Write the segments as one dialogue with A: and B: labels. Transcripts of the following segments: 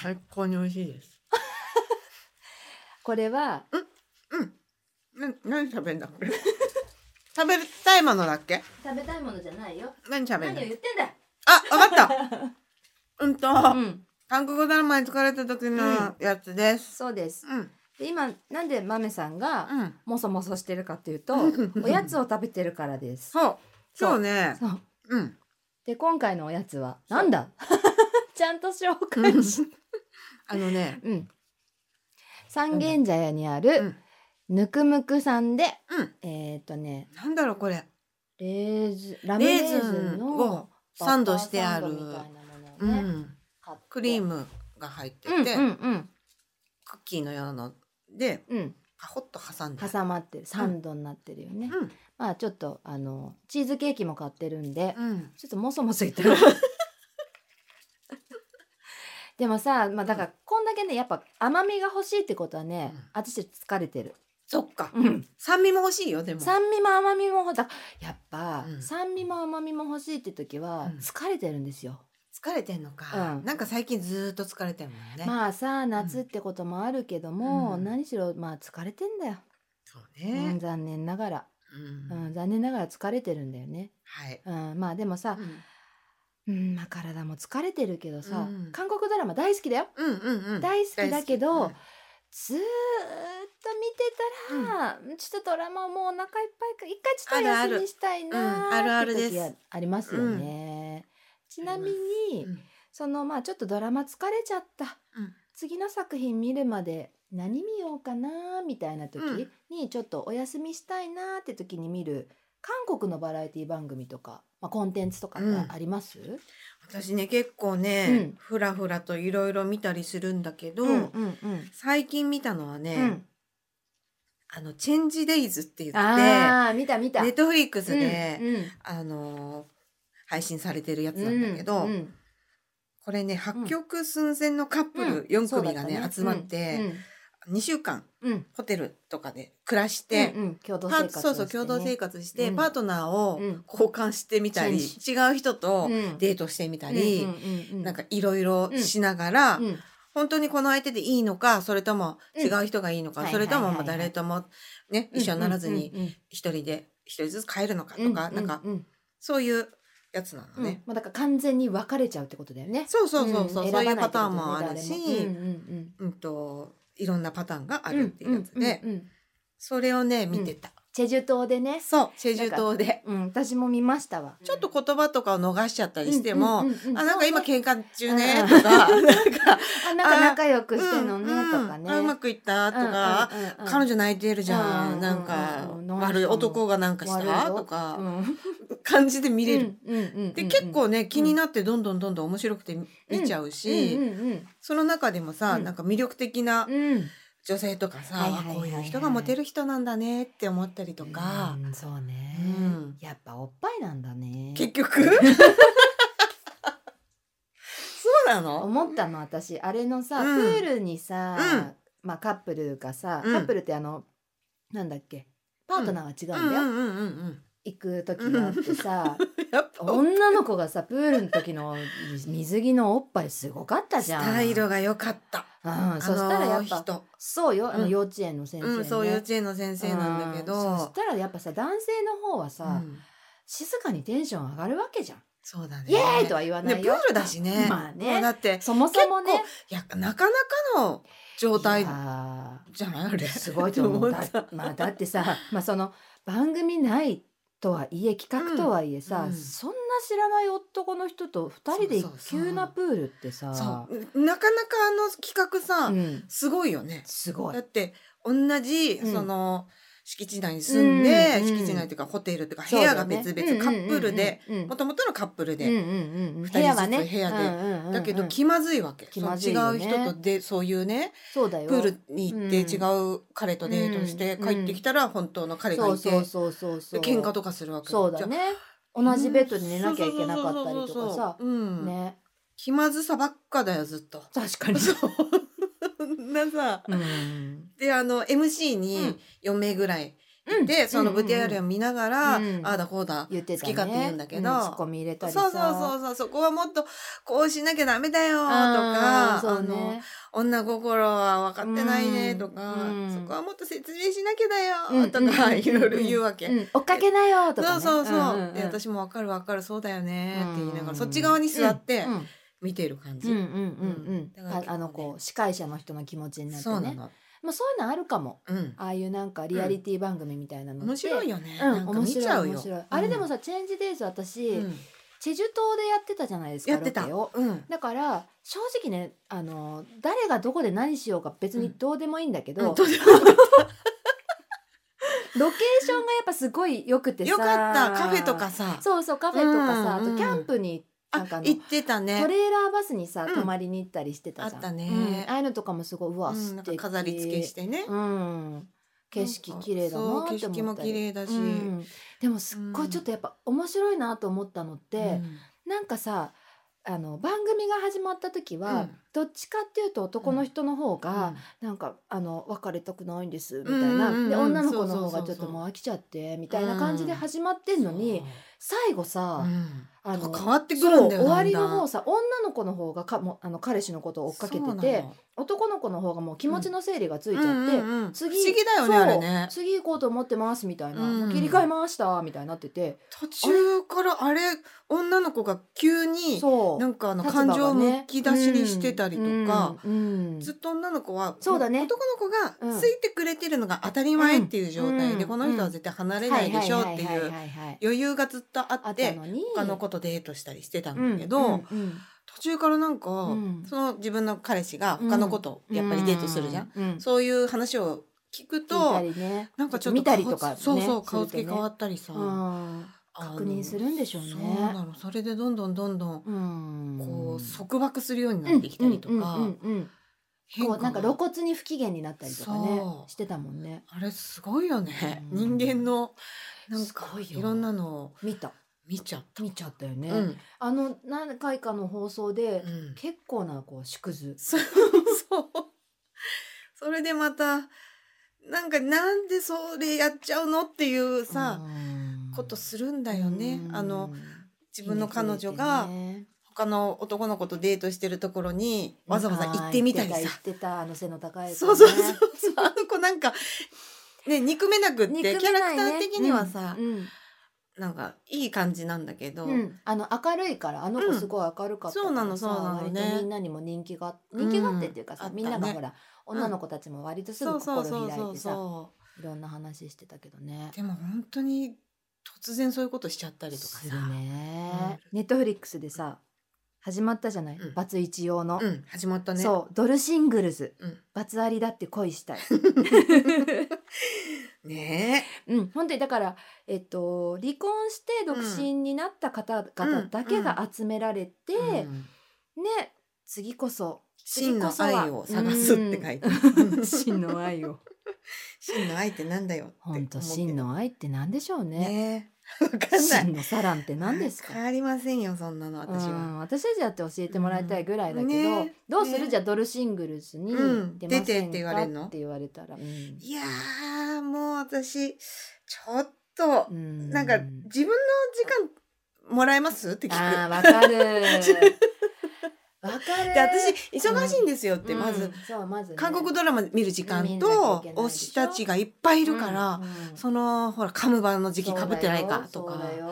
A: 最高に美味しいです。
B: これは
A: な何食べんだこれ。 食べたいものだっけ？
B: 食べたいものじゃないよ。
A: 何食べ
B: 何
A: ん
B: を
A: だ
B: 言っ？てんだ。
A: あ、わかった。うんと、
B: うん、
A: 韓国ドラマに疲れた時のやつです。
B: そうです。
A: うん、
B: で今なんで豆さんが
A: うん。
B: もそもそしてるかっていうと、
A: うん
B: おやつを食べてるからです。
A: そう。
B: そう
A: そうね。
B: そう。
A: うん。
B: で今回のおやつは
A: そう
B: なんだ。 ちゃんと紹介し。
A: あのね、
B: うん。三軒茶屋にあるぬくむくさんで、
A: うん。
B: えっ、とね
A: なんだろうこれ。
B: レーズンラムレーズン
A: レーズン
B: の
A: をサンドしてある。
B: バターサンドみたいなものを
A: う
B: ね、
A: ん。
B: 買って
A: クリームが入ってて、
B: うんうん
A: クッキーのようなので
B: うんうん
A: パホッと挟んで。
B: 挟まってるサンドになってるよね、
A: うん。
B: まあちょっとあのチーズケーキも買ってるんで、
A: うん。
B: ちょっともそもそ 言ってるでもさまあだからこんだけねやっぱ甘みが欲しいってことはね、
A: うん
B: 私たち疲れてる、
A: そっか。
B: うん、
A: 酸味も欲しいよでも。
B: 酸味も甘みもだやっぱ、
A: うん
B: 酸味も甘みも欲しいって時は
A: うん
B: 疲れてるんですよ、
A: 疲れてんのか、
B: うん
A: なんか最近ずーっと疲れてるもんね、
B: まあさ夏ってこともあるけども、
A: うん
B: 何しろまあ疲れてんだよ、
A: そう
B: うん、
A: ね、
B: 残念ながら、
A: うん
B: うん、残念ながら疲れてるんだよね、
A: はい、
B: うん、まあでもさ、うんまあ、体も疲れてるけどさ、
A: うん
B: 韓国ドラマ大好きだよ
A: うんうんうん
B: 大好きだけど
A: 大好き
B: ずーっと見てたら、ちょっとドラマもうお腹いっぱいか一回ちょっと
A: あるあ
B: お
A: る
B: 休みしたいな
A: うんあるある
B: って
A: です
B: 時はありますよね。ちなみに、
A: うん
B: そのまあちょっとドラマ疲れちゃった、
A: うん
B: 次の作品見るまで何見ようかなみたいな時にちょっとお休みしたいなって時に見る韓国のバラエティ番組とか、まあ、コンテンツとかってあります、
A: 私ね結構ね、
B: うん
A: ふらふらといろいろ見たりするんだけど、
B: うんうん
A: 最近見たのはね、
B: うん
A: あのチェンジデイズって言って
B: ああ見た見た。
A: ネットフリックスで、
B: うんうん
A: あのー配信されてるやつなんだけど、
B: うんうん
A: これね破局寸前のカップル
B: うん
A: 4
B: そう
A: 組
B: だった
A: が
B: ね
A: ね,、集まって、2週間
B: うんうん
A: ホテルとかで暮らして、
B: うんうん共同
A: パ
B: 生
A: ー
B: 活
A: そうそう共同生活して、
B: うん
A: パートナーを
B: うん
A: 交換してみたり、
B: チ
A: 違う人と
B: ー
A: デートしてみたり、なんかいろいろしながら、
B: うん
A: 本当にこの相手でいいのかそれとも違う人がいいのか、
B: うん
A: それともま
B: は
A: あ
B: いはいはいは
A: 誰
B: い
A: とも、ね、一緒にならずに
B: うんうんうん
A: 一人で一人ずつ帰るのか
B: う
A: とか、なんか
B: うう
A: そういうやつなの
B: うん
A: ね。
B: まあだから完全に分かれちゃうってことだよね。
A: そうそうそうそう、
B: ん
A: そうい
B: 選
A: う
B: ばな
A: パターン
B: ってこと
A: も
B: ね
A: あるし、
B: 誰もうんうん
A: うんといろんなパターンがあ
B: うん
A: るっていうやつで、
B: うんうんうん
A: それをね見てた。
B: チェジュ島でね、
A: そうチェジュ島で。
B: うん、私も見ましたわ。
A: ちょっと言葉とかを逃しちゃったりしても、
B: うんうんうんうん
A: あなんか今喧嘩中ね
B: うん
A: とか、なんか
B: あなんか仲良くしてんの
A: う
B: ね
A: ん
B: とかね。
A: あうまくいったとか、
B: うんうんうんうん
A: 彼女泣いてるじゃん、
B: うん
A: なんか、
B: うん
A: 悪い男がなんかし
B: 悪いよ
A: たとか、
B: うん
A: 感じで見れる。
B: うんうんうんうん
A: で結構ね気になってどんどんどんどん面白くて見ちゃうし、
B: うんうん
A: その中でもさ、
B: うん
A: なんか魅力的な
B: うんうん
A: 女性とかさ、
B: はいはいはいはい
A: あこういう人がモテる人なんだねって思ったりとか、
B: うんそうね、
A: うん
B: やっぱおっぱいなんだね
A: 結 局そうなの
B: 思ったの私あれのさ、
A: うん
B: プールにさ、まあ、カップルがさ、
A: うん
B: カップルってあのなんだっけパートナーは違うんだよ、
A: うんうんうんうん
B: 行く時があってさ、
A: うん。 やっぱ
B: 女の子がさプールの時の水着のおっぱいすごかったじゃん。
A: スタイルが良かった。
B: うん、そしたらやっ
A: あの
B: ぱ
A: 人、
B: そうよあ
A: う
B: の
A: ん
B: 幼稚園の先生、ね
A: うん、そう幼稚園の先生なんだけ
B: うんそ
A: ど
B: し、たらやっぱさ男性の方はさ、
A: うん
B: 静かにテンション上がるわけじゃん。
A: そうだね。
B: イエーイとは言わな
A: ね
B: い
A: プ
B: よ。
A: ールだしね。
B: まあね
A: もうだって
B: そもそもね
A: いやなかなかの状態
B: いや
A: じゃないあれ。
B: ーすごいと思 う
A: でもさ
B: だ,、まあ、だってさ、まあ、その番組ないとはいえ企画とはいえさ、
A: うんうん
B: そんな知らない男の人と2人で
A: そうそうそう
B: 急なプールってさ
A: そうなかなかあの企画さ、
B: うん、
A: すごいよね。
B: すごい
A: だって同じ、
B: うん
A: その敷地内に住んで、
B: うんうんうん
A: 敷地内というかホテルというか
B: そ
A: 部
B: う
A: 屋
B: だよ
A: が
B: ね
A: 別々カップルで
B: うんうんうんうん
A: もともとのカップルで、
B: うんうんうんうん
A: 二人ずつ
B: 部屋はね
A: 部屋で
B: うんうんうん
A: だけど気まずいわけ、
B: 気まずいよね
A: その違う人とでそういうね
B: そうだよ
A: プールに行って違
B: う
A: う彼とデートして
B: うん
A: 帰ってきたら本当の彼がいて、
B: そうそうそうそうそう
A: で喧嘩とかするわけ
B: そうだね同じベッドで寝なきゃいけなかったりと
A: そうそうそうそう
B: かさ
A: そううん
B: ね
A: 気まずさばっかだよずっと。
B: 確かに
A: そうそんなさ
B: うん
A: であの MC
B: う
A: に
B: ん
A: 4名ぐらい
B: うん
A: でその
B: うんうんうん
A: VTR を見ながら、
B: うん
A: ああだこうだ
B: 言ってたね
A: 好き勝手言うんだけど
B: ツッコミ入れたりさ
A: そうそうそうそうそこはもっとこうしなきゃダメだよと
B: あ
A: か
B: ーそう
A: あの
B: ね
A: 女心は分かってないねとか、
B: うんうん
A: そこはもっと説明しなきゃ
B: うん
A: だよとか、
B: うん
A: いろいろ言うわけ。
B: うん、追っかけなよとか、
A: そう
B: ね、
A: そうそう、
B: んんん
A: で私も分かる分かるそうだよねって言いながら、
B: うん
A: そっち側に座って
B: うん
A: 見てる感
B: う
A: じ、
B: んうんうん
A: だ
B: う
A: から結構ね
B: んああのこう司会者の人の気持ちになって
A: そうな
B: ね
A: の、
B: まあそういうのあるかも
A: うん、
B: ああいうなんかリアリティ番組みたいなのって
A: 面白いよね、
B: うん
A: なんか
B: 面
A: 見ちゃ
B: 白
A: う
B: い
A: よ
B: 面白いあれでもさ、チェンジデイズ私、
A: うんうん
B: チェジュ島でやってたじゃないですか
A: やってた
B: ロケを
A: うん
B: だから正直ねあの誰がどこで何しようか別にどうでもいいんだけど、
A: うん
B: ロ
A: と
B: ケ
A: ても
B: ーションがやっぱすごい良くてさ
A: よかったカフェとかさ
B: そうそうカフェとかさ、
A: うんうん
B: あとキャンプに
A: あ
B: なんかあの
A: 行ってたね
B: トレーラーバスにさ
A: うん
B: 泊まりに行ったりしてたじゃ
A: あ
B: ん、
A: ったね
B: うんああいうのとかもすごいうわ、
A: うん、
B: 素
A: なんか
B: 敵
A: 飾り付けしてね、
B: うん景色綺麗だな
A: そう
B: って
A: 景色
B: 思
A: も
B: った
A: 綺
B: り
A: 麗だし、
B: うん、でもすっごいちょっとやっぱ面白いなと思ったのって、
A: うん
B: なんかさあの番組が始まった時は、
A: うん
B: どっちかっていうと男の人の方が、なんかあの別れたくないんですみたいな、
A: うんうんうん
B: で女の子
A: そ
B: の
A: うそう
B: 方
A: そう
B: が
A: そう
B: ちょっともう飽きちゃってみたいな感じで始まってんのに、、最後さ、
A: あ
B: あ
A: の
B: の
A: 変わってくる
B: そ
A: ん
B: う
A: だ
B: 終
A: よ
B: わりの
A: だん
B: 方さ女の子の方がかもあの彼氏のこと
A: だん
B: を追っかけて
A: そうな
B: て
A: の
B: 男の子の方がもう気持ちの整理がついちゃって、
A: うんうんうん
B: 次
A: 不思議だよね
B: そう
A: あれね
B: 次行こうと思ってますみたいな、
A: うん
B: もう切り替えましたみたいになってて、
A: 途中からあれ女の子が急に
B: そう
A: なんかあの
B: 立場が
A: 感
B: ね
A: 情をむき出しにしてたりとか、
B: うんうん
A: ずっと女の子は
B: そうだね
A: 男の子
B: う
A: が
B: ん
A: ついてくれてるのが当たり前っていう状態で、
B: うん
A: この人は絶対離れないでしょうって
B: はいはは
A: う
B: ははいはい
A: 余裕がずっとあ
B: あ
A: っ
B: ってたのに
A: 他の子とデートしたりしてた
B: うん
A: だけど、
B: うんうん
A: 途中からなんか、
B: うん
A: その自分の彼氏が他の子とやっぱりデートするじゃん、、
B: うんうん
A: そういう話を聞く
B: 聞いた
A: と
B: りね
A: なんかちょっと
B: 見たりとか、ね、
A: そうそう顔つ
B: する
A: き
B: と
A: 変わったりさ、
B: ねうん
A: あの
B: 確認するんでしょうね
A: そうなのそれでどんどんどんどん
B: うん
A: こう束縛するようになってきたりとか、
B: うんうんうんうん
A: 変
B: こ
A: 化
B: う
A: が
B: なんか露骨に不機嫌になったりとかね
A: そう
B: してたもんね
A: あれすごいよね、
B: うん
A: 人間のなん
B: す
A: か
B: ごいよ
A: いろんなのを
B: 見た
A: 見ちゃった、
B: 見ちゃったよね、
A: うん
B: あの何回かの放送で、
A: うん
B: 結構なこう縮図
A: そうそうそれでまたなんかなんでそれやっちゃうのっていうさ、
B: うん
A: ことするんだよね、
B: うん
A: あの自分の彼女が他の男の子とデートしてるところにわざわざ行ってみたり
B: あー
A: さ
B: 行、ってた行ってたあの背の高い、ね、
A: そうそうそうそうあの子なんかね憎めなくって、
B: 憎
A: キ
B: めないね
A: ャラクター的にはさ、
B: うん
A: なんかいい感じなんだけど、
B: うんうんあの明るいからあの子すごい明るかったからさ、
A: うんそうなのそうなのね
B: 割とみんなにも人気が人気があってっていうかさ、
A: うんあったね
B: みんながほら、
A: ん
B: 女の子たちも割とす
A: そ
B: ぐ
A: うそう
B: 心
A: そう
B: 開
A: そ
B: いうてさ、
A: そ
B: いろんな話してたけどね
A: う。でも本当に突然そういうことしちゃったりとか
B: す
A: さ、
B: るね、ネットフリックスでさ始まったじゃない、
A: うん
B: バツイチ用の、
A: うん始まったね
B: そうドルシングルズ
A: うん
B: バツありだって恋したい
A: ね
B: うん本当にだからえっと離婚して独身になった方々だけが集められて、
A: え、うん
B: ね次こそ
A: 真の愛を探すって書いてある
B: 真の愛を
A: 真の愛ってなんだよって思うけ
B: 本
A: ど
B: 当真の愛って何でしょうね
A: ねえわかんない
B: 真のサランって何ですか
A: 変わりませんよそんなの私
B: う
A: は、
B: ん私たちだって教えてもらいたいぐらいだけど、
A: うんね
B: どうする、
A: ね
B: じゃあドルシングルスに
A: うん
B: 出ませ
A: 出てっ
B: んか、
A: て言われるの
B: って言われたら、うん
A: いやーもう私ちょっと
B: う、ん
A: なんか自分の時間もらえますって聞く
B: あー わかるわかる
A: で私忙しいんですよって、ま
B: う
A: ず
B: んそうまずね
A: 韓国ドラマ見る時間
B: 見なきゃい
A: と
B: けないでしょ
A: 推したちがいっぱいいるから、
B: うんうん
A: そのほら噛む番の時期かぶってないかと
B: そ
A: か
B: うだよ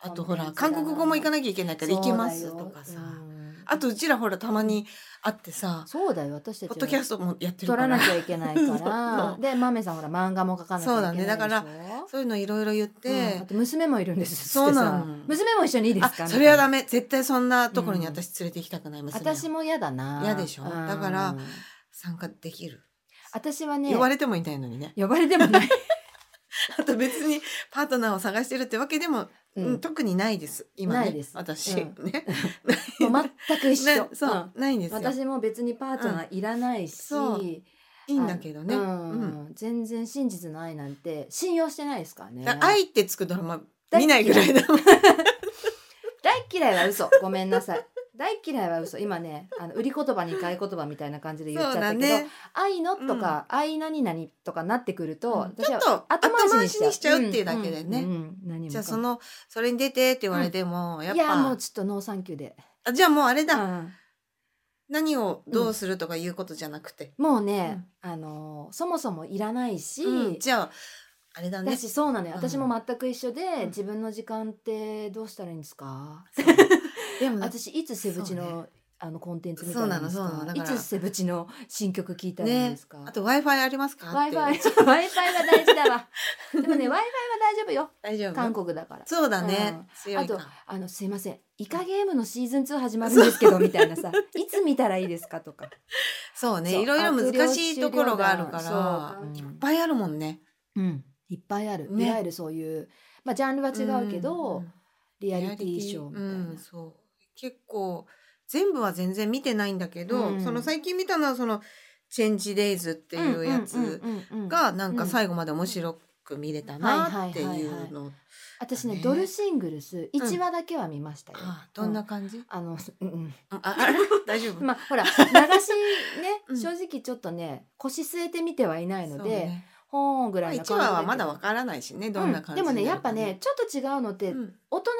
A: あとほら韓国語も行か
B: な
A: なきゃいけないから行きますとかさ、あとうちらほらたまに会ってさ
B: そうだよ私たち
A: ポ
B: は
A: ッドキャストもやってる
B: 撮
A: からら
B: なきゃいけないか
A: そう
B: らでマメさんほら漫画も書かなきゃいけないでしょ
A: そうだねだからそういうのいろいろ言って、
B: うんあと娘もいるんです
A: そうなの
B: つってさ娘も一緒にいいですか
A: あそれはダ
B: メ
A: メ絶対そんなところに私連れて行きたくない娘を、
B: 私も嫌だな
A: 嫌でしょ
B: うん
A: だから参加できる、
B: 私はね
A: 言われてもいないのにね
B: 呼ばれてもない
A: あと別にパートナーを探してるってわけでも、
B: うん
A: うん特にないです今ね
B: ないです
A: 私、
B: う
A: ね
B: もう全く一緒
A: ねそう、ないんです
B: うん
A: よ
B: 私も別にパートナーいらないし
A: うんそういいんだけどね、
B: う
A: うん
B: ん全然真実の愛なんて信用してないですからね
A: だから愛ってつくドラマ見ないぐらいだもん
B: 大っ嫌いは嘘ごめんなさい大嫌いは嘘今ねあの売り言葉に買い言葉みたいな感じで言っちゃ
A: そう
B: った
A: だ
B: けど「
A: ね
B: 愛の」とか「愛何々」とかなってくると、
A: うん
B: 私は
A: ちょっと
B: 後回しにしちゃう
A: 後回しにしちゃうっていうだけでね
B: うんうんうん何も
A: じゃあそのそれに出てって言われても、やっ
B: いやもう
A: ぱ
B: ちょっとノーサンキューで、
A: あじゃあもうあれ
B: う
A: だ、
B: ん、
A: 何をどうするとかいうことじゃなくて、
B: もうね、あのーそもそもいらないし、
A: うんじゃああれだね
B: だしそうなのよ
A: うん
B: 私も全く一緒で、
A: うん
B: 自分の時間ってどうしたらいいんですか、
A: でも
B: 私いつセブチ
A: そう
B: の、あのコンテンツ見たらいいんです
A: そうなのそうな
B: か
A: のだ
B: い
A: から
B: つセブチの新曲聞いたらいいん
A: ね
B: ですか、
A: あと w i f i ありますか
B: w i
A: っ
B: f
A: て
B: i w i f i が大事だ わでもね w i f i は大丈夫よ
A: 大丈夫
B: 韓国だから
A: そうだね、
B: うん
A: 強いか
B: あとあのすいませんイカゲームのシーズン2始まるんですけどみたいなさいつ見たらいいですかとか
A: そうね
B: そう
A: いろいろ難しいところがあるから、
B: 悪霊終了だそう
A: いっぱいあるもんね
B: うんいっぱいある、
A: ね
B: いわゆるそういうまあジャンルは違うけど、
A: うん
B: リアリティショーみたいな、
A: うん、そう結構全部は全然見てないんだけど、
B: うん
A: その最近見たのはその「チェンジ・デイズ」っていうやつ
B: うんうんうんうん
A: がなんか最後まで面白く見れたなっていうの、
B: 私ね
A: ね
B: ドルシングルス1話だけは見ましたよ、
A: あどん
B: う
A: な感じ、
B: あの、すうん
A: ああ 大丈
B: う
A: 夫
B: ん、まあ ほら流し
A: うん
B: ね正直ちょっとね腰据えて見てはいないので、ほーんぐ
A: まあ、
B: らいの
A: 1
B: 感じだけど
A: 話はまだわからないしねどんな感じ
B: うん、でもね
A: にな
B: や
A: る
B: っ
A: か
B: ぱね、ちょっと違うのっ
A: う
B: て
A: ん、
B: 大人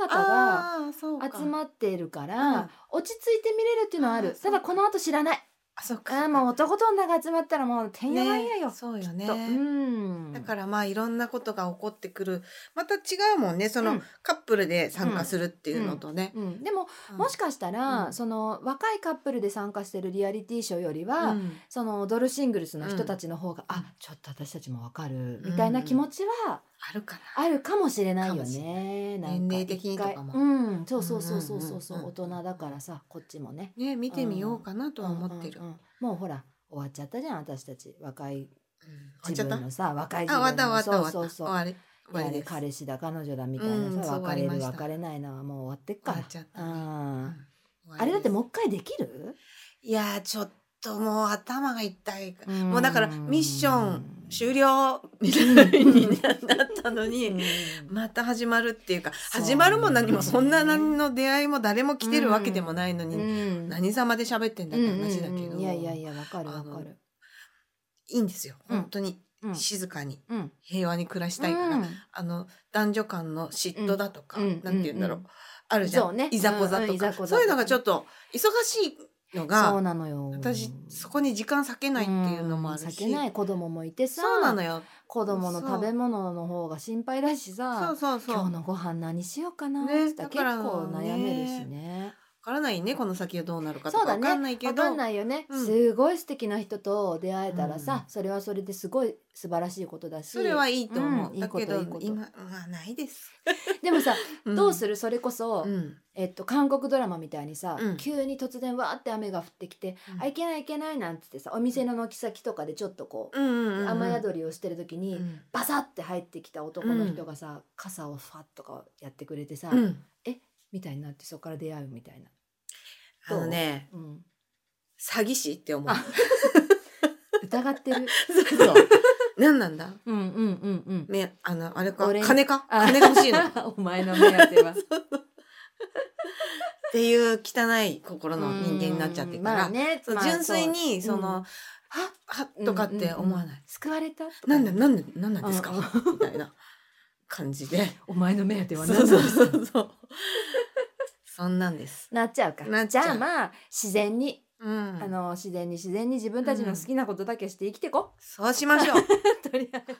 B: の方々
A: あーそう
B: が
A: か
B: 集まっているから、
A: うん
B: 落ち着いて見れるっていうのはある
A: あー
B: ただこの後知らない
A: あそうか
B: あーもう男と女が集まったらもうてんやわんやよ、
A: ねそうよね
B: とうん
A: だからまあいろんなことが起こってくるまた違うもんねその、
B: うん
A: カップルで参加するっていうのとね、
B: うん、でももし
A: か
B: かしたら、
A: うん
B: その若いカップルで参加してるリアリティショーよりは、
A: うん
B: そのドルシングルスの人たちの方が、
A: うん
B: あちょっと私たちもわかる
A: うん
B: みたいな気持ちは
A: あるか
B: あるかもしれないよ
A: かもしれ
B: ね。なんか
A: 年齢的にとかも
B: 一回うん、そうそうそうそうそうそう
A: うんうんうんうん
B: 大人だからさこっちもね。
A: なね見てみようかなとは思ってる、
B: うんうんうんもうほら終わっちゃったじゃん私たち若い
A: うん終わっちゃ
B: 自
A: った
B: 分のさ若い
A: あ
B: 自
A: 終わっ
B: 分
A: た終わ
B: の
A: った終わった
B: そうそ
A: 終
B: うそう。
A: わり終わり
B: い
A: で
B: や
A: す
B: 彼氏だ彼女だみたい
A: うん
B: な
A: そ
B: さ、
A: う
B: 別
A: 終わ
B: れ
A: り
B: る
A: ました
B: 別れないのはもう終わってっ
A: 終
B: から。
A: わっちゃったね
B: うん
A: うん終わりです
B: あれだってもう一回できる？
A: いやーちょっともう頭が痛いからもうだからミッション終
B: 了
A: 了みたいになったのに、また始まるっていうか
B: そう
A: 始まるも何もそんな何の出会いも誰も来てるわけでもないのに、
B: うん
A: 何様で喋ってんだって話だけど、
B: うんうんうんいやいやいやわかるわかる。
A: いいんですよ
B: うん
A: 本当に
B: うん
A: 静かに
B: うん
A: 平和に暮らしたいから、
B: うん
A: あの男女間の嫉妬だとか、
B: うん
A: なんて言うんだろう、
B: うん
A: あるじゃん、
B: そうね
A: いざこざ
B: うんう
A: と
B: んい
A: か,、
B: ざこざとか
A: そういうのがちょっと忙しいの
B: そう
A: が
B: なのよ
A: 私そこに時間割けないっていうのもあるし、
B: うん避けない子供もいてさ
A: そうなのよ
B: 子供の食べ物の方が心配だし
A: そ
B: さ
A: うそうそう
B: 今日のご飯何しようかな、
A: ね
B: って
A: だ
B: 結
A: から
B: 構悩めるしね
A: わからないねこの先はどうなるかと
B: そう
A: か
B: だ
A: わ
B: ね
A: かんないけ
B: わ
A: ど、
B: かんないよね、
A: うん
B: すごい素敵な人と出会えたらさ、
A: う
B: それはそれですごい素晴らしいことだし
A: それはいいと思う、
B: うんいい
A: だ
B: こと
A: けど
B: いいこと
A: 今はないです、
B: でもさ、どう
A: る、
B: するそれこそ、
A: うん
B: えっと、韓国ドラマみたいにさ、
A: うん
B: 急に突然わーって雨が降ってきて「あいけないいけない」なんつってさお店の軒先とかでちょっとこ
A: う
B: う、
A: んうんうん、
B: 雨宿りをしてる時に、
A: うん
B: バサって入ってきた男の人がさ、傘をファッとかやってくれてさ、
A: うん、
B: みたいになってそこから出会うみたいな、
A: あのね
B: うん、
A: 詐欺師って思 う
B: あ疑っ てる
A: そう何なんだ
B: うんうんうんうん
A: めあのあれか
B: 俺に
A: 金か
B: あ
A: 金が欲 しいのっ
B: お前の目当て は
A: ていう汚い心の人間になっちゃってるから、
B: うんまあね
A: そう
B: まあ
A: 純粋
B: う
A: に
B: ん
A: その、ははとかって思わない、
B: うんうんうん救われたとか
A: なんでなんでなんなんですか
B: うん
A: みたいな感じ で
B: お前の目当て
A: そう
B: は何なん
A: そう
B: です
A: そ
B: か
A: うそう そんなんです、
B: なっちゃうか
A: なっち
B: じ
A: ゃう
B: ゃあまあ自然に、
A: うん、
B: あの自然に自然に自分たちの好きなことだけして生きてこ、
A: そうしましょう
B: とりあえず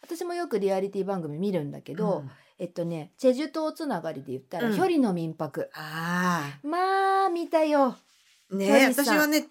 B: 私もよくリアリティ番組見るんだけど、
A: うん
B: えっとねチェジュ島つながりで言ったら、
A: うん
B: 距離の民泊
A: あ
B: まあ見たよ
A: あ
B: ひょ
A: ね
B: りさん
A: 私はね
B: ひょ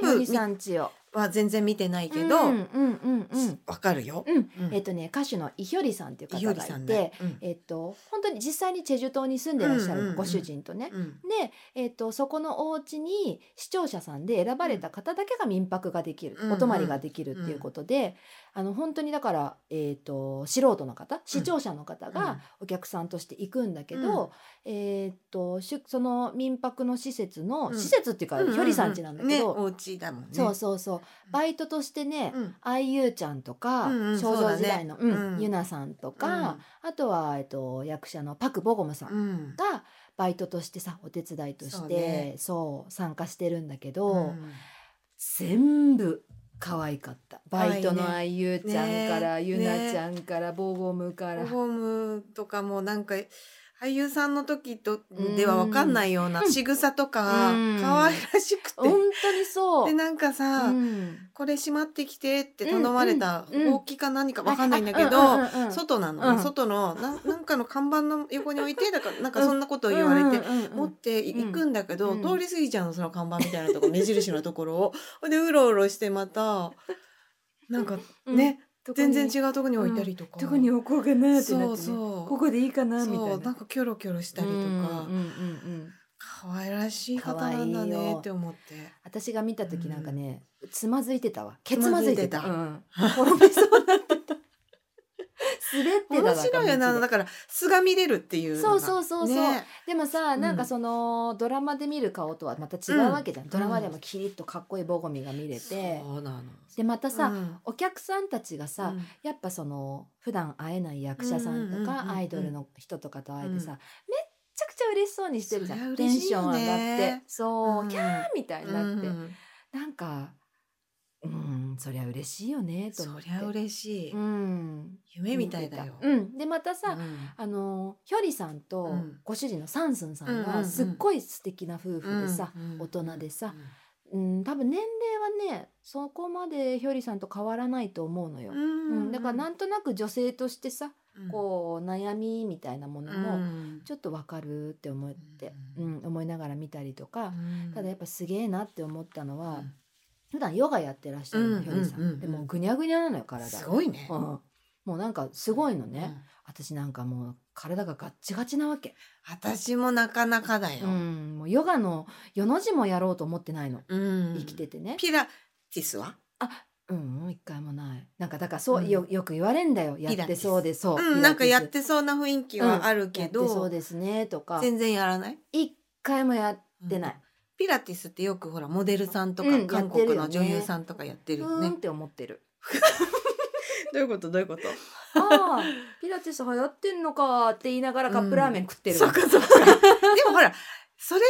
A: 全部
B: り
A: み
B: さんちを
A: は全然見てないけ
B: う
A: ど、
B: んうんうんうん
A: わかるよ。
B: うん
A: うん
B: えっとね歌手のイヒョリさんっていう
A: いよ
B: 方
A: り
B: がい
A: さん
B: て
A: ね。うん
B: えっと本当に実際にチェジュ島に住んでらっしゃ
A: うんうんう
B: る
A: ん
B: ご主人とね、
A: うん
B: で、えっとそこのお家に視聴者さんで選ばれた方だけが民泊ができる、
A: うんうん
B: お泊まりができるっていうことで、あの本当にだから、えっと素人の方視聴者の方がお客さんとして行くんだけど、えっとしゅその民泊の施設の、
A: うん
B: 施設っていうか、
A: うん
B: ひょりさん家なんだけど、
A: ね、お家だもんね。
B: そうそうそうバイトとしてね、
A: うん
B: あいゆうちゃんとか、
A: うんうん
B: 少女時代の、
A: そうだね
B: うん
A: うん
B: ゆなさんとか、あとは、えっと、役者のパク・ボゴムさん
A: うん
B: がバイトとしてさお手伝いとしてそ,、
A: そううね
B: 参加してるんだけど、
A: うん
B: 全部可愛かったバイトの
A: 可
B: あゆちゃんから、
A: ね
B: ゆなちゃんから、ボーボムから
A: ホームとかもなんか俳優さんの時とでは分かんないような
B: うん
A: 仕草とか
B: うん
A: 可愛らしくて、
B: 本当にそう。
A: でなんかさ、
B: うん
A: これしまってきてって頼まれた
B: うんうん
A: ほうきか何か分かんないんだけど、
B: あうんうんうん
A: 外なの、
B: うん
A: 外のな なんかの看板の横に置いてだ からなんかそんなことを言われて。
B: うんうんうん
A: 持ってい行くんだけど、
B: うん
A: 通り過ぎちゃうのその看板みたいなとこ目印のところを ほんでうろうろしてまたなんか
B: うん
A: ね、
B: どこ
A: 全
B: に
A: 然違うとこに置いたりとか、
B: どこに置こうかなってな
A: そ
B: っ
A: う
B: て、
A: そう
B: ね、ここでいいかなみたい
A: そうな。
B: なん
A: かキョロキョロしたりとか、
B: うんうんうんうん
A: 可愛らしい方なんだ
B: 可愛い
A: ね
B: よ
A: って思って
B: 私が見た時なんかね、つまずいてたわ。けつま
A: ま
B: ず
A: ず
B: い
A: い
B: て
A: て
B: た。
A: た
B: うん転びそうになってた。 滑ってた
A: 面白いよ
B: 中道
A: な
B: で
A: だから素が見れるっていうの
B: そう
A: が
B: そうそうそう
A: ね
B: でもさ、
A: うん
B: なんかそのドラマで見る顔とはまた違うわけじゃん。ドラマでもキリッとかっこいいボゴミが見れて、
A: そうなの
B: でまたさ、
A: うん
B: お客さんたちがさ、
A: うん
B: やっぱその普段会えない役者さんと
A: うんうんうんう
B: か
A: ん
B: アイドルの人とかと会えてさ、
A: う
B: めっちゃくちゃ嬉しそうにしてるじゃ
A: そり
B: ん
A: ゃ
B: テ
A: 嬉
B: ン
A: しい
B: ション
A: よね
B: 上がってそう、
A: うん
B: キャーみたいになって、
A: うん
B: なんかうんそりゃ嬉しいよねと思
A: そ
B: って
A: りゃ嬉しい、
B: うん、
A: 夢みたいだよ
B: 見て、たうん、でまたさ、
A: うん
B: あのひょりさんと
A: うん
B: ご主人のサンスンさん
A: うんうんう
B: が
A: ん
B: すっごい素敵な夫婦でさ、
A: うんうん
B: 大人でさ、うん、多分年齢はねそこまでひょりさんと変わらないと思うのよ。
A: う
B: うん、だからなんんとなく女性としてさ、
A: うん
B: こう悩みみたいなもの
A: う
B: も
A: ん
B: ちょっとわかるって思って、う
A: うん
B: 思いながら見たりとか、
A: うん
B: ただやっぱすげえなって思ったのは、
A: うん
B: 普段ヨガやってらっしゃる
A: う
B: の
A: ん
B: ひょりさん,、
A: うんうんうん
B: でもうぐにゃぐにゃなのよ体
A: すごいね
B: う、ん、もうなんかすごいのね、私なんかもう体がガッチガチなわけ、
A: うん私もなかなかだ
B: う
A: よ、
B: ん、もうヨガの世の字もやろうと思ってないの、
A: うん
B: 生きててね
A: ピラティスは
B: うんうん一回もないなんかだからそう、
A: うん
B: よよく言われんだよや
A: ピ
B: っ
A: ラテ
B: て
A: ィス
B: そうでそう、
A: うん
B: ピ
A: な
B: ラ
A: んか
B: ティス
A: やってそうな雰囲気はあるけど、
B: やってそうですねとか
A: 全然やらない
B: 一回もやってない、
A: ピラティスってよくほらモデルさんとか、
B: うん
A: 韓
B: やってる
A: 国
B: よね
A: の女優さんとかやってる
B: ふ
A: よ
B: ーん
A: ね
B: っ。て思ってる。
A: どういうことどういうこと。
B: ああ、ピラティス流行ってんのかって言いながらカップラーメン食ってる。
A: そうかそう か。でもほらそれで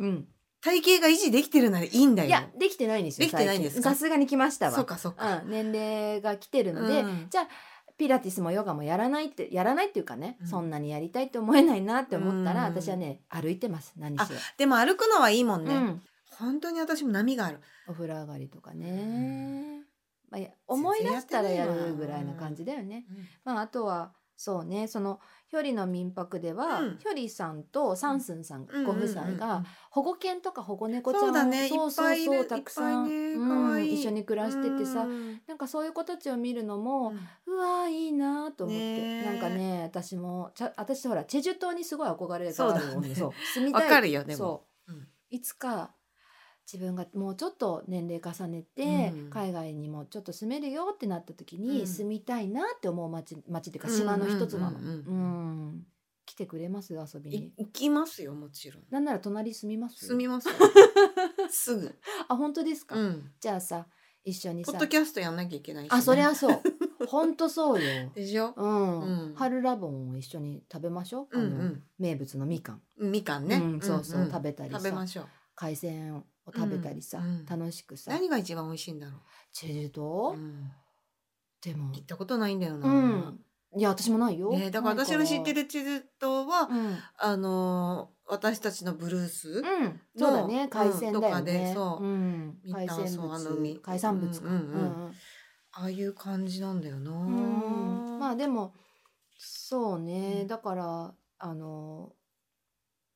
B: うん。
A: 体型が維持できてるならいいんだよ。
B: いや、できてないんですよ。
A: できてないんですか
B: 最近さすがに来ましたわ。
A: そうかそうか。
B: うん、年齢が来てるので、
A: うん
B: じゃあ、ピラティスもヨガもやらないって、やらないっていうかね、
A: うん
B: そんなにやりたいって思えないなって思ったら、
A: うん
B: 私はね、歩いてます。何しろ。
A: でも歩くのはいいもんね。
B: うん。
A: 本当に私も波がある。
B: お風呂上がりとかね。
A: うん
B: まあ、いや思い出したらやるぐらいな感じだよね。まあ、あとはそうねそのひょりの民泊では、
A: うん
B: ひょりさんとサンスンさん
A: うん
B: ご夫妻が保護犬とか保護猫ちゃん
A: そうだね
B: そうそう
A: いっ
B: そ
A: ぱ
B: う
A: いいる
B: たくさん、
A: いっぱいね可
B: うん、
A: 愛い
B: 一緒に暮らしててさ、
A: うん
B: なんかそういう子たちを見るのも、
A: うん
B: うわーいいなーと思って、
A: ねー
B: なんかね私もちゃ私ほらチェジュ島にすごい憧れがあるので
A: そうだね
B: そう住み
A: わ
B: たい
A: かるよでも。
B: そう、
A: うん
B: いつか自分がもうちょっと年齢重ねて、
A: うん
B: 海外にもちょっと住めるよってなった時に、
A: うん
B: 住みたいなって思う町町っていうか島の一つなの。う
A: うんんうんうんう
B: 来てくれます遊び
A: い
B: に。
A: 行きますよもちろん。
B: なんなら隣住みます
A: 住みます よ。すぐ。
B: あ本当ですか、
A: うん。
B: じゃあさ一緒に
A: ポ
B: さ
A: ッドキャストやんなきゃいけないしね。
B: あそりゃそう本当そうよ。
A: でしょ。
B: うん、
A: うん
B: 春ラボンを一緒に食べましょう、
A: うんう
B: あの
A: ん。
B: 名物のみかん、
A: みかんね、
B: うん、そうそう、食
A: べ
B: べたりさ
A: 食べましょう
B: 海鮮を食べたりさ、
A: うんうん
B: 楽しくさ
A: 何が一番美味しいんだろ
B: チェジュ
A: う、
B: 島、
A: うん
B: でも
A: 行ったことないんだよな、
B: うんいや私もないよ、
A: ね、だから
B: ない
A: 私の知ってる地図島は、
B: うん、うん、
A: あのー私たちのブルース、
B: そうだね
A: うん
B: 海鮮だよね、、
A: とかでそうんみんな
B: 海鮮
A: そうあの
B: 物
A: 海
B: 海産物か、
A: うんうんああいう感じなんだよな、
B: うんうんまあでもそうね、
A: うん
B: だからあの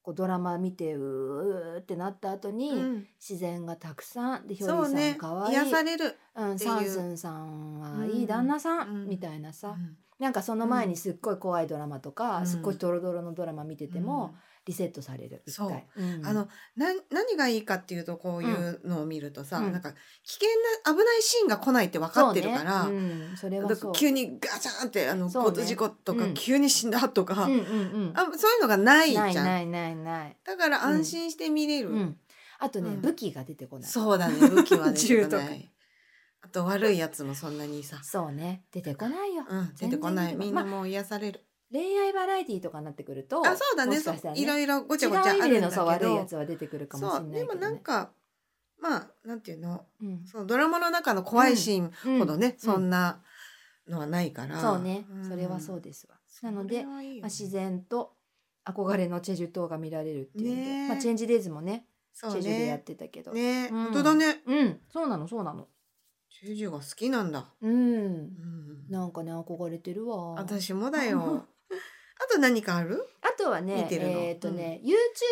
B: こうドラマ見てうーってなった後に、
A: うん
B: 自然がたくさんでひょり
A: そ
B: さ、
A: うんね
B: かわいい
A: 癒される、
B: うん、
A: ていう
B: サンスンさんはいい旦那さん、
A: うん
B: みたいなさ、
A: うん
B: なんかその前にすっごい怖いドラマとか、
A: うん
B: すっごいドロドロのドラマ見てても、リセットされる一回。うん
A: あのな何がいいかっていうとこういうのを見るとさ、
B: うん
A: なんか危険な危ないシーンが来ないって分かってるから、
B: そうねうん、それは
A: だ
B: そ
A: か
B: う
A: ら急にガチャンってあの
B: そうね
A: 交通事故とか、
B: うん
A: 急に死んだとか、
B: うんうんうん、
A: あそういうのがないじゃ
B: なんいないないない、
A: だから安心して見れる、
B: うん、あとね、
A: うん
B: 武器が出てこないそ
A: そうだね武器は出
B: 銃
A: て
B: と
A: こ
B: か
A: ないあと悪いやつもそんなにさ
B: うね出てこないよ、
A: うん、出
B: 全然
A: てこない
B: 出てこない
A: みんなもう癒される、
B: ね恋愛バラエティーとかになってくると
A: あそうだね
B: もしかしたら
A: いろいろごち
B: 違
A: ゃごちゃあ
B: う意
A: る
B: 味
A: ん
B: で
A: だ
B: の
A: け
B: さ
A: ど
B: 悪いやつは出てくるかもしれ
A: そう
B: ない
A: で
B: け
A: も
B: ど、ね、
A: なんかまあなんていうの
B: うん
A: そのドラマの中の怖いシーン
B: うん
A: ほどね、
B: うん
A: そんなのはないから、
B: そうね、
A: ん
B: それはそうですわなの
A: そ
B: で、
A: れはいいよね
B: まあ、自然と憧れのチェジュ島が見られるっていうので、
A: ねえ
B: まあ、チェンジデイズもねチ
A: そ
B: ェ
A: う
B: ジュでやっ
A: ね
B: てたけど
A: ね、
B: うん
A: 本当だね
B: うんそうなのそうなの
A: チェジュが好きなんだ、
B: うん
A: うん、
B: なんかね憧れてるわあ
A: 私もだ よあと何かある
B: とはね
A: 見てるの
B: えっ、とね、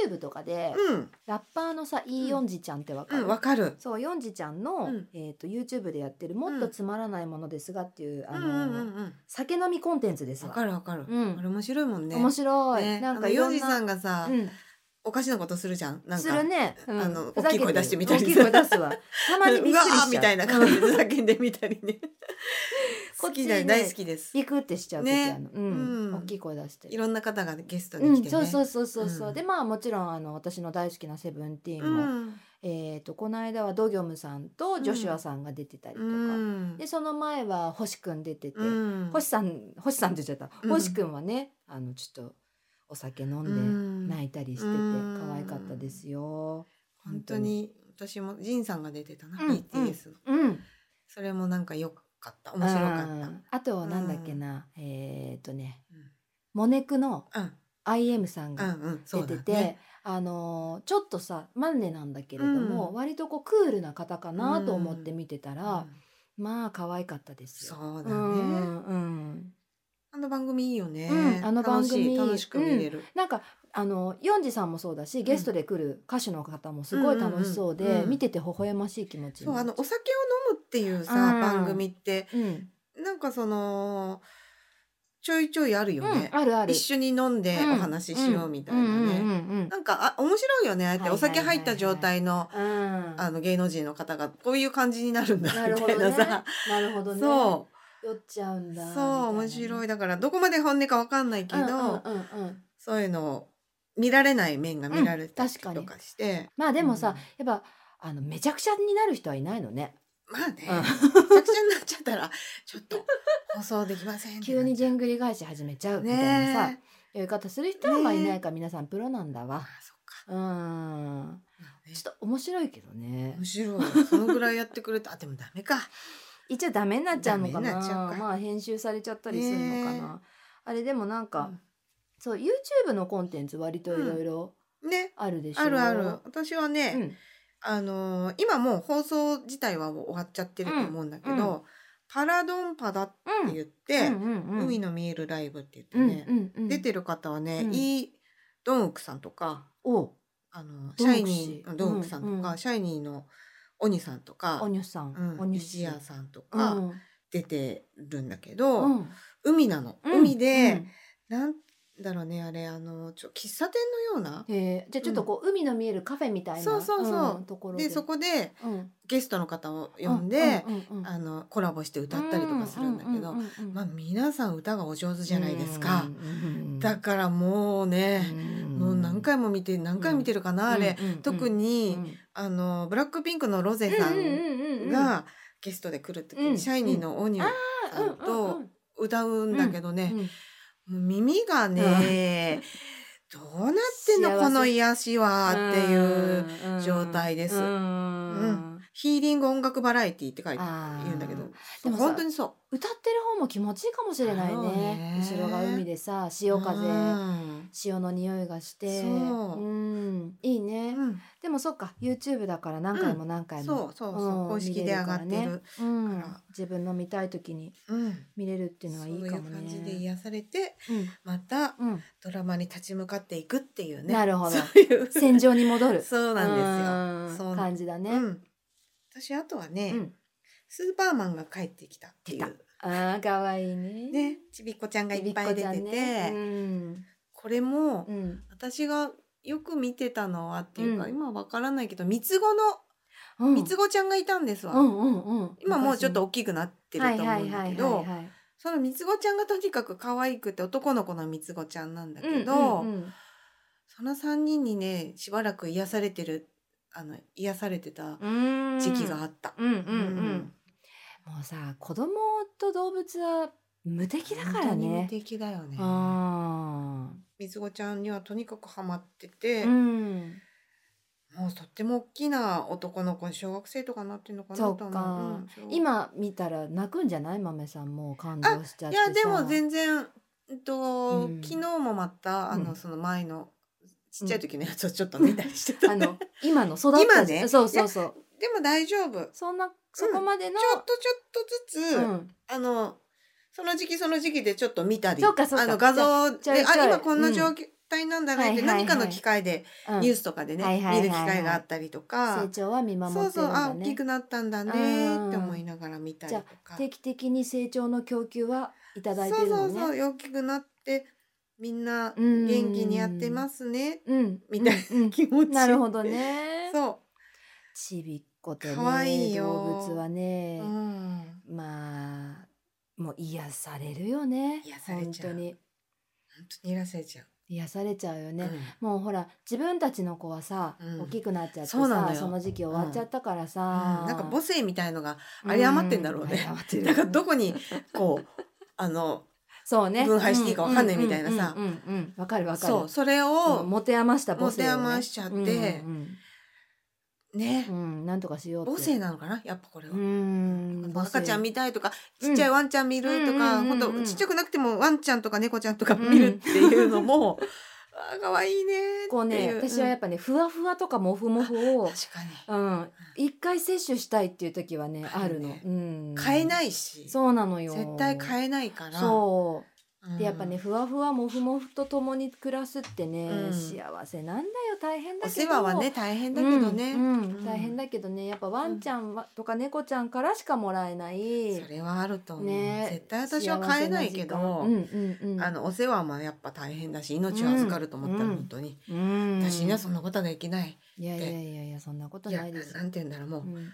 B: YouTube とかで、
A: うん
B: ラッパーのさイ・ヨンジちゃんってわか
A: う
B: る、
A: んわかる
B: そうヨンジちゃんの、
A: うん
B: えー、と YouTube でやってる「もっとつまらないものですが」っていう、
A: う
B: あ
A: ん
B: の
A: うんうんうん
B: 酒飲みコンテンツです
A: わ
B: わ
A: かるわかる、
B: うん
A: あれ面白いもんね
B: 面白い、
A: ね、な
B: な
A: んん
B: か
A: か
B: いろ
A: ヨ
B: ん
A: ジ
B: な
A: さんがさ、
B: うん、
A: おかしなことするじゃんなんか
B: するね、うん、
A: あの
B: ふざけて
A: 大きい声出してみたり
B: 大きい声出すわ たまにびっくり
A: う
B: しち
A: わ
B: ゃう
A: ーみたいな感じで叫んでみたりね
B: こ
A: 好
B: っ
A: き
B: ちね
A: だよ大好きです
B: ビクってしちゃう時
A: ね
B: あるの、うん
A: うん
B: 大きい声出して
A: いろんな方がゲスト
B: う
A: に来て
B: ん、
A: ね、
B: そうそうそうそうそう、
A: うん
B: でまあもちろんあの私の大好きな「セブンティー
A: う
B: ンも、
A: ん
B: えー、とこの間はドギョムさんとジョシュアさんが出てたりとか、
A: うん
B: でその前は星くん出てて、
A: うん
B: 星さん星さんって言っちゃった
A: うん
B: 星くんはねあのちょっとお酒飲んで
A: い
B: 泣いたりしてて
A: うん
B: 可愛かったですよ。
A: 本当に私もジンさんが出てたな、
B: うん
A: BTS の
B: うん、
A: それもなんか良かった面白かった
B: うんあとはなんだっけな、えっ、とね
A: うん
B: モネクの
A: うん、
B: IM さん
A: うん
B: が
A: うんそ
B: 出
A: うだ
B: てて、
A: ね
B: あのーちょっとさマンネなんだけれども、
A: うん
B: 割とこうクールな方かなと思って見てたら、まあ可愛かったです
A: そ
B: よ。
A: うだね、
B: うんうん
A: あの番組いいよね、
B: うんあの番
A: 楽し
B: 組
A: い楽しく見れる、
B: なんかあのヨンジさんもそうだしゲストで来る歌手の方もすごい楽しそうで、
A: うんうんうんうん
B: 見てて微笑ましい気持ちに
A: そうあのお酒を飲むっていうさ、
B: うん
A: 番組って
B: うん
A: なんかそのちょいちょいあるよ
B: うん
A: ね、
B: あるある
A: 一緒に飲んで
B: うん
A: お話ししようみたいなね、
B: うんうんうん
A: なんかあ面白いよねああやって
B: はい
A: お
B: はいはいはい
A: 酒入った状態の
B: うんうん
A: あの芸能人の方がこういう感じになるんだ
B: なる
A: み
B: ほ
A: たい
B: ど
A: な
B: ね
A: さ、
B: なるほどね
A: そ
B: 酔っちゃう
A: うん
B: だ
A: そう面白
B: い
A: いだからどこまで本音かわかんないけど、
B: うんうんうんうん
A: そういうのを見られない面が見られたり
B: うん確か
A: と
B: に
A: かして、
B: まあでもさ、やっぱあのめちゃくちゃになる人はいないのね、
A: まあね、
B: うん
A: めちゃくちゃになっちゃったらちょっと放送できませんってなっちゃ
B: 急
A: う
B: にじんぐり返し始めちゃうみたいなさ、
A: ね
B: 酔い方する人はまあいないから皆さんプロなんだわ
A: あ、そっか
B: うん
A: まあね
B: ちょっと面白いけどね
A: 面白 いそのぐらいやってくれたあでもダメか
B: 一応ダメになっちゃうの
A: ダ
B: かな
A: メになっちゃうか
B: まあ編集されちゃったりするのかな、
A: ね
B: あれでもなんか、そう YouTube のコンテンツ割といろいろ
A: ね
B: あるでしょ、
A: あるある私はね、
B: うん
A: あのー今もう放送自体は終わっちゃってると思うんだけど、
B: うんう
A: パラドンパダって
B: うん
A: 言って、
B: うんうんうん
A: 海の見えるライブって言ってね、
B: うんうんうん、
A: 出てる方はね、
B: うん
A: イ・ドンウクさんとか
B: お
A: あのシ
B: ドンウク
A: ャ
B: 氏
A: イニードンウクさんとか、
B: うんうん
A: シャイニーのオニさんとか
B: お、にゅさん、
A: う
B: お
A: ん、
B: にゅ
A: イ
B: し
A: ジヤさんと
B: う
A: か
B: ん
A: 出てるんだけど、
B: うん
A: 海なの、
B: うん
A: 海で、なんだろうねあれあのちょ喫茶店のような
B: うんへーじゃあちょっとこう、海の見えるカフェみたいな
A: そうそうそうん
B: ところ
A: でそこで
B: うん
A: ゲストの方を呼んで、
B: うんうんうん
A: あのコラボして歌ったりとかするんだけど、
B: うううんうん
A: まあ、皆さん歌がお上手じゃないですか、
B: うんうんうん
A: だからもうね、もう何回も見て何回見てるかな、あれ、
B: うんうんうん
A: 特に、
B: うん
A: あのブラックピンクのロゼさ
B: うんんうんうんうん
A: がゲストで来る時に、
B: うん
A: シャイニーのオニオンさんと歌うんだけどね、
B: うんうん
A: もう耳がね、どうなってんの
B: 幸せ
A: この癒しはっていう
B: うん
A: 状態です
B: うん
A: うんヒーリング音楽バラエティって書いて
B: あー
A: 言うんだけど
B: でもさ
A: 本当にそ
B: 歌ってる方も気持ちいいかもしれない
A: だろう
B: ね
A: ね
B: 後ろが海でさ
A: う
B: 潮風
A: うん
B: 潮の匂いがして
A: そうん
B: いいね、
A: うん
B: でもそっか YouTube だから何回も何回も、
A: そうそうそう、
B: うん
A: 公式で上がって
B: 見れ
A: る、
B: からねうん
A: から
B: 自分の見たい時に
A: うん、
B: 見れるっていうの
A: そ
B: は
A: う
B: いい
A: い
B: か
A: う
B: もね
A: 感じで癒されて
B: うん
A: また
B: うん
A: ドラマに立ち向かっていくっていうね
B: なるほど
A: そういう
B: 戦場に戻る
A: そうなんですよ
B: う
A: そ
B: ん
A: う
B: 感じだね、
A: うん、私あとはね、
B: うん
A: スーパーマンが帰ってきたってい
B: 出
A: う
B: ああ可愛いね
A: ねちびっこちゃんがいっぱい出てて、
B: ちびっこちゃんね
A: これも
B: うんうん
A: 私がよく見てたのはっていうか、
B: うん
A: 今わからないけど三つ子の
B: うん
A: 三つ子ちゃんがいたんですわ、
B: うんうんうん
A: 今もうちょっと大きくなってると思うんだけ
B: はい
A: ど
B: はいはいはいはい
A: その三つ子ちゃんがとにかく可愛くて男の子の三つ子ちゃんなんだけど、
B: うんうんうん
A: その3人にねしばらく癒されてるあの癒されてた時期があった。
B: うんうんうんもうさ子供と動物は無敵だから
A: 本当に無
B: ね。
A: 敵だよね
B: あ
A: みつごちゃんにはとにかくハマって
B: ー
A: て、
B: うん。
A: もうとっても大きな男の子小学生とかなってるのかなと
B: そ
A: 思
B: う
A: う
B: か
A: んそう。
B: 今見たら泣くんじゃない豆さんもう感動しちゃっ
A: い
B: てさ。
A: やでも全然、えっと
B: うん
A: 昨日もまたあの、
B: うん
A: その前のちっちゃい時のやつをちょっと見たりしてた、
B: あ
A: で
B: の今の育った
A: 今ね
B: そうそうそう。
A: も大丈夫ちょっ
B: そんなそこまでの、
A: とちょっとずつ、
B: うん
A: あのその時期その時期でちょっと見たり
B: そうかそうか
A: あの画像
B: じ
A: であ
B: ゃあちょいちょい
A: 今こんな状態なんだねって、
B: うんはいはいはい
A: 何かの機会で
B: うん
A: ニュースとかでね、
B: はいはいはいはい
A: 見る機会があったりとか
B: 成。長は見守
A: そう
B: って
A: そ
B: る
A: うんあ
B: だ
A: 大き
B: ね
A: く。なったんだね
B: うん
A: って思いながら見たりとか
B: 定期的に成長の供給はいただいて
A: そう
B: る
A: そ
B: の
A: うそ
B: ね。
A: う大きくなってみんな
B: うん
A: 元気にやってますね
B: うん。
A: みたい
B: うんうん
A: 気持ち
B: なるほどね。
A: そ
B: ちびっことね
A: かわいいよ
B: 動物は
A: う、
B: ね、
A: うん、
B: まあもう癒されるよね
A: 癒されちゃう
B: 本当に
A: 本当にいらっしゃいちゃ
B: 癒されちゃうよ
A: う、
B: ね、もうほら自分たちちの子はさ、
A: うん
B: 大きくなっちゃって
A: そうなの
B: さ
A: よ
B: その時期終わっちゃったから
A: うん
B: さ、
A: うんなんか母性みたいのがあれ余ってんだろうね
B: あれ余ってる
A: なんかどこにこうあの
B: そうね
A: 分配していいかわかんないみたいなさ
B: うんうんうんうんわかるわかる
A: そうそれ
B: う
A: を
B: ん持て余した母性を、ね、
A: 持て余しちゃって
B: うん
A: ね
B: うんうんうんなんとかしよう
A: 母性なのかなやっぱこれは
B: う。ん
A: 赤ちゃん見たいとか
B: うん
A: ちっちゃいワンちゃん見るとか、
B: うんうんうんうん
A: 本当ちっちゃくなくてもワンちゃんとか猫ちゃんとか見るっていうのも、あー可愛いね
B: こう
A: ってい
B: ね
A: う
B: 私はやっぱね、ふわふわとかもふもふ
A: うん
B: を
A: 確かに
B: うん、一回摂取したいっていう時はねあ
A: あ
B: る
A: る
B: の、
A: ね
B: うん、
A: 買え
B: い
A: ないし、
B: そうなのよ
A: 絶対
B: え
A: 買えないから
B: そううんでやっぱねふわふわもふもふと共に暮らすってね、
A: うん
B: 幸せなんだよ大変だ
A: お
B: けど
A: 世話はね大変だけどね、
B: うんうん
A: うん
B: 大変だけどねやっぱワンちゃんは、とか猫ちゃんからしかもらえない
A: それはあると思う、
B: ね
A: 絶対私は買えないけ
B: 幸せ
A: ど、
B: な時間うんうんうん、
A: あのお世話もやっぱ大変だし命を預かると思ったら
B: うん
A: 本当に、
B: うん
A: 私にはそんなことはできない、
B: いやいやいやいやそんなこと
A: いや
B: な
A: ないん
B: です
A: て言うんだろうもう、
B: うん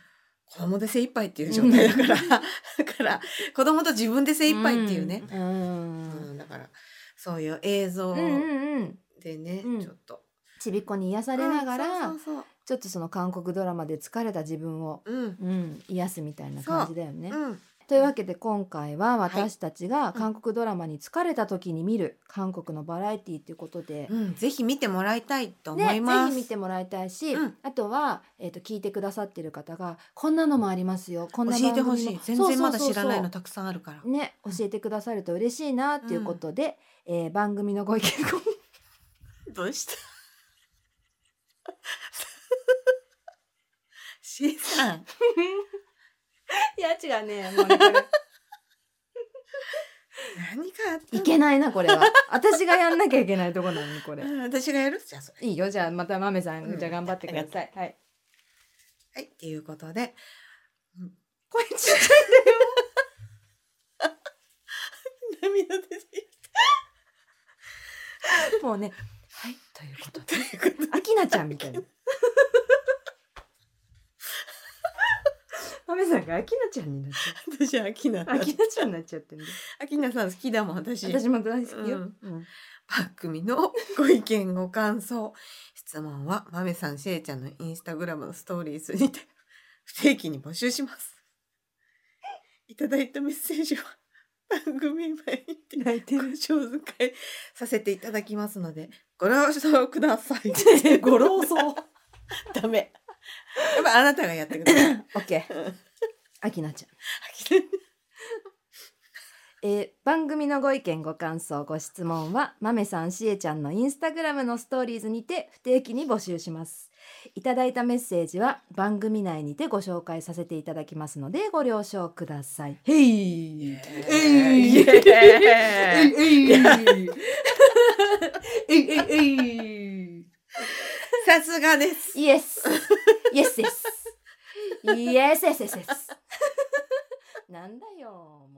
A: 子供で精一杯っていう状態だから、 だから子供と自分で精一杯っていうね、
B: うん
A: うんだからそういう映像
B: うんうんうん
A: でね、
B: うん
A: ちょっと。
B: ちびっこに癒されながら、
A: うんそうそう
B: ちょっとその韓国ドラマで疲れた自分を、
A: そううん
B: うん、癒すみたいな感じだよね。
A: うん
B: というわけで今回は私たちが韓国ドラマに疲れた時に見る韓国のバラエティーということで、
A: うん、ぜひ見てもらいたいと思い
B: ね、ぜ
A: ます。
B: ひ見てもらいたいし、
A: うん
B: あとは、えー、と聞いてくださってる方がこんなのもありますよこんな
A: 教えてほしい。
B: 番
A: 全
B: 組も
A: 然まだ知らない
B: そうそうそうそ
A: の
B: う
A: たくさんあるから。
B: ね、教えてくださると嬉しいなということで、えー番組のご意見ご
A: どうした ?C さん。
B: いや違うねもうねこれ
A: 何かあった
B: いけないなこれは私がやんなきゃいけないとこなのにこれ
A: う。ん私がやるじゃあそれ。
B: いいよじゃあまたまめさん、
A: うん
B: じゃあ頑張ってください。はい。
A: はい。っていうことで。
B: これちっちゃい
A: 涙出て
B: もうね。はいということで、
A: きた。
B: あきなちゃんみた いな。まめさんがあきなちゃんになっちゃ
A: 私アキナ
B: う。あきなちゃんになっちゃってんだ。
A: アキナさん好きだもん私
B: 私も大好きよ。うん
A: 番組のご意見ご感想質問はまめさんしえちゃんのインスタグラムのストーリーズにて不定期に募集しますいただいたメッセージは番組前にて
B: 泣いて
A: ご
B: る。
A: 紹介させていただきますのでご了承ください
B: ご老僧。オ
A: ダメやっぱあなたがやってください
B: ッケー。あきなちゃん。えー番組のご意見ご感想ご質問はまめさんしえちゃんのインスタグラムのストーリーズにて不定期に募集しますいただいたメッセージは番組内にてご紹介させていただきますのでご了承くださいへいえいえいえいえいえい
A: さすがです
B: イエスイエスイエスイエスイエスイエスなんだよもう